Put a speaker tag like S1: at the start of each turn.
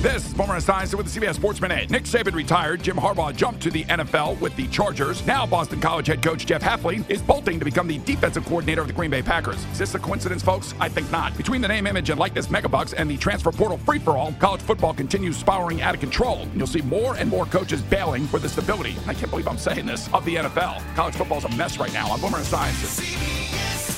S1: This is Boomer and Science with the CBS Sports Minute. Nick Saban retired. Jim Harbaugh jumped to the NFL with the Chargers. Now, Boston College head coach Jeff Heffley is bolting to become the defensive coordinator of the Green Bay Packers. Is this a coincidence, folks? I think not. Between the name, image, and likeness megabucks and the transfer portal free for all, college football continues spiraling out of control. And you'll see more and more coaches bailing for the stability. I can't believe I'm saying this of the NFL. College football's a mess right now. I'm Boomer and Science.